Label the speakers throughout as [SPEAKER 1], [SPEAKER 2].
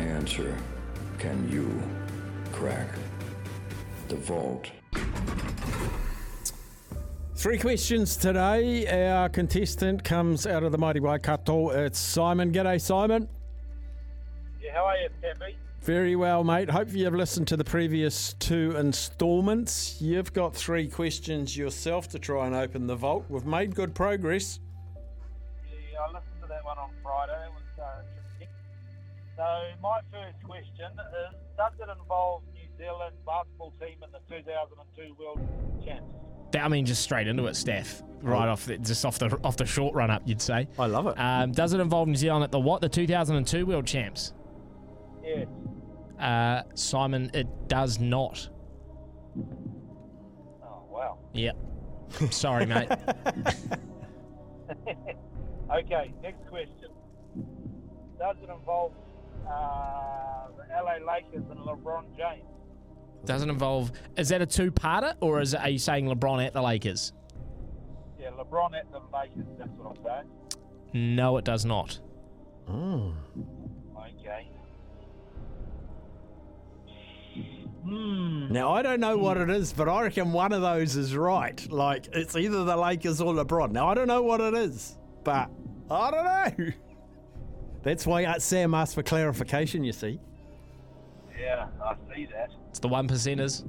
[SPEAKER 1] answer can you crack the vault?
[SPEAKER 2] Three questions today. Our contestant comes out of the mighty Waikato. It's Simon. G'day, Simon.
[SPEAKER 3] Yeah, how are you, Pappy?
[SPEAKER 2] Very well, mate. Hopefully, you've listened to the previous two instalments. You've got three questions yourself to try and open the vault. We've made good progress.
[SPEAKER 3] Yeah, I listened to that one on Friday. It was uh, interesting. So my first question is, does it involve New Zealand basketball team in the 2002 World Champs?
[SPEAKER 4] That, I mean, just straight into it, Steph. Right off, the, just off the off the short run up, you'd say.
[SPEAKER 5] Oh. I love it.
[SPEAKER 4] Um, does it involve New Zealand at the what? The 2002 World Champs.
[SPEAKER 3] Yeah.
[SPEAKER 4] Uh, Simon, it does not.
[SPEAKER 3] Oh, wow.
[SPEAKER 4] Yep. Sorry, mate.
[SPEAKER 3] Okay, next question. Does it involve uh, the LA Lakers and LeBron James?
[SPEAKER 4] Doesn't involve. Is that a two-parter, or is it, are you saying LeBron at the Lakers?
[SPEAKER 3] Yeah, LeBron at the Lakers, that's what I'm saying.
[SPEAKER 4] No, it does not.
[SPEAKER 3] Okay.
[SPEAKER 2] Now, I don't know what it is, but I reckon one of those is right. Like, it's either the Lakers or LeBron. Now, I don't know what it is, but I don't know. That's why uh, Sam asked for clarification, you see.
[SPEAKER 3] Yeah, I see that.
[SPEAKER 4] It's the one percenters.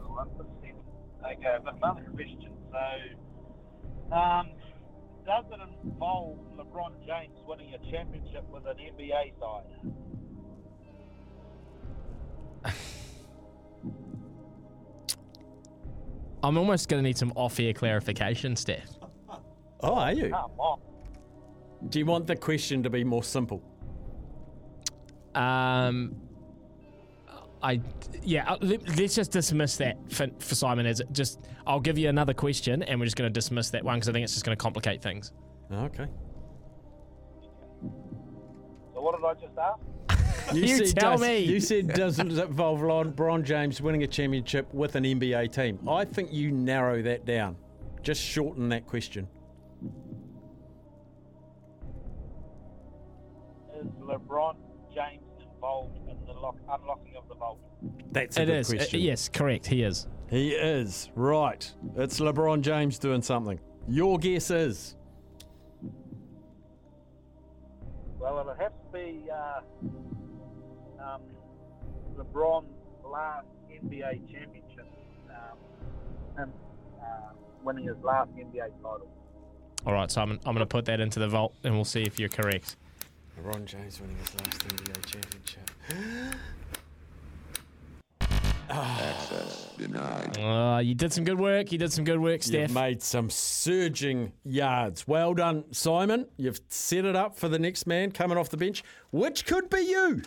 [SPEAKER 3] One percent. Okay, but another question. So, um, does it involve LeBron James winning a championship with an NBA side?
[SPEAKER 4] I'm almost going to need some off-air clarification, Steph.
[SPEAKER 2] Oh, are you?
[SPEAKER 3] Come on.
[SPEAKER 2] Do you want the question to be more simple?
[SPEAKER 4] Um, I yeah. uh, let- Let's just dismiss that for, for Simon. As just, I'll give you another question, and we're just going to dismiss that one because I think it's just going to complicate things.
[SPEAKER 2] Okay.
[SPEAKER 3] So what did I just ask?
[SPEAKER 4] You tell
[SPEAKER 2] does,
[SPEAKER 4] me.
[SPEAKER 2] You said does it involve LeBron James winning a championship with an NBA team? I think you narrow that down. Just shorten that question.
[SPEAKER 3] Is LeBron James involved in the lock, unlocking of the vault?
[SPEAKER 2] That's a
[SPEAKER 4] It
[SPEAKER 2] good
[SPEAKER 4] is. uh,
[SPEAKER 2] question.
[SPEAKER 4] yes, correct. He is.
[SPEAKER 2] He is. Right. It's LeBron James doing something. Your guess is.
[SPEAKER 3] Well, it'll have to be uh, um, LeBron's last NBA championship. Um, him uh, winning his last NBA title.
[SPEAKER 4] All right, Simon. I'm going to put that into the vault, and we'll see if you're correct.
[SPEAKER 2] LeBron James winning his last NBA championship.
[SPEAKER 1] Denied.
[SPEAKER 4] Uh, you did some good work. You did some good work, Steph.
[SPEAKER 2] You've made some surging yards. Well done, Simon. You've set it up for the next man coming off the bench, which could be you.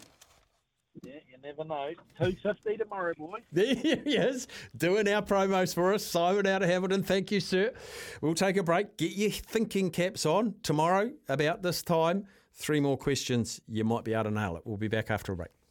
[SPEAKER 3] Yeah, you never know. Two fifty tomorrow, boy.
[SPEAKER 2] There he is, doing our promos for us. Simon out of Hamilton. Thank you, sir. We'll take a break. Get your thinking caps on tomorrow, about this time. Three more questions. You might be able to nail it. We'll be back after a break.